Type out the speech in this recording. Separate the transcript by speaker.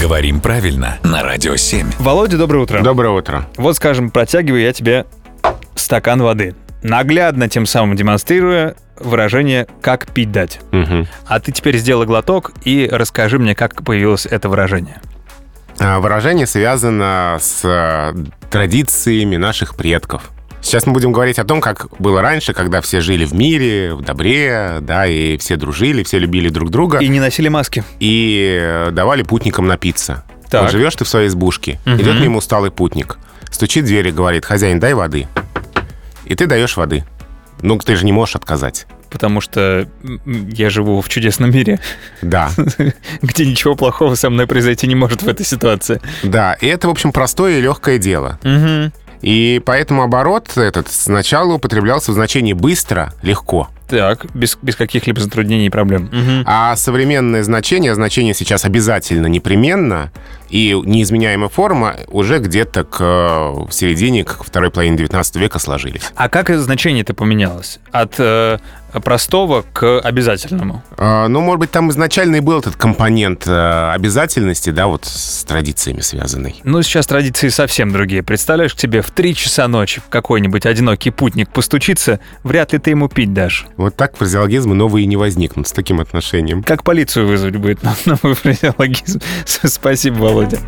Speaker 1: Говорим правильно на Радио 7.
Speaker 2: Володя, доброе утро.
Speaker 3: Доброе утро.
Speaker 2: Вот, скажем, протягиваю я тебе стакан воды, наглядно тем самым демонстрируя выражение «как пить дать».
Speaker 3: Мгм.
Speaker 2: А ты теперь сделай глоток и расскажи мне, как появилось это выражение.
Speaker 3: А, Выражение связано с а, традициями наших предков. Сейчас мы будем говорить о том, как было раньше, когда все жили в мире, в добре, да, и все дружили, все любили друг друга
Speaker 2: И
Speaker 3: и,
Speaker 2: не носили маски.
Speaker 3: э, давали путникам напиться.
Speaker 2: Так.
Speaker 3: Вот живешь ты в своей избушке,
Speaker 2: Мгм.
Speaker 3: идет мимо усталый путник, стучит в дверь и говорит, хозяин, дай воды. И ты даешь воды. Ну, ты же не можешь отказать.
Speaker 2: Потому что м, я живу в чудесном мире,
Speaker 3: Да.
Speaker 2: где ничего плохого со мной произойти не может в этой ситуации.
Speaker 3: Да, и это, в общем, простое и легкое дело.
Speaker 2: Угу.
Speaker 3: И поэтому оборот этот сначала употреблялся в значении «быстро», «легко».
Speaker 2: Так, без, без каких-либо затруднений и проблем. Мгм.
Speaker 3: А современное значение, а значение сейчас обязательно, непременно, и неизменяемая форма уже где-то к э, середине, к второй половине 19 века сложились.
Speaker 2: А как значение-то поменялось? От э, простого к обязательному.
Speaker 3: Э, Ну, может быть, там изначально и был этот компонент э, обязательности, да, вот с традициями связанный.
Speaker 2: Ну, сейчас традиции совсем другие. Представляешь, к тебе в 3 часа ночи какой-нибудь одинокий путник постучится, вряд ли ты ему пить дашь.
Speaker 3: Вот так фразеологизмы новые и не возникнут с таким отношением.
Speaker 2: Ну, Как полицию вызвать будет на новый фразеологизм. Спасибо, Володя.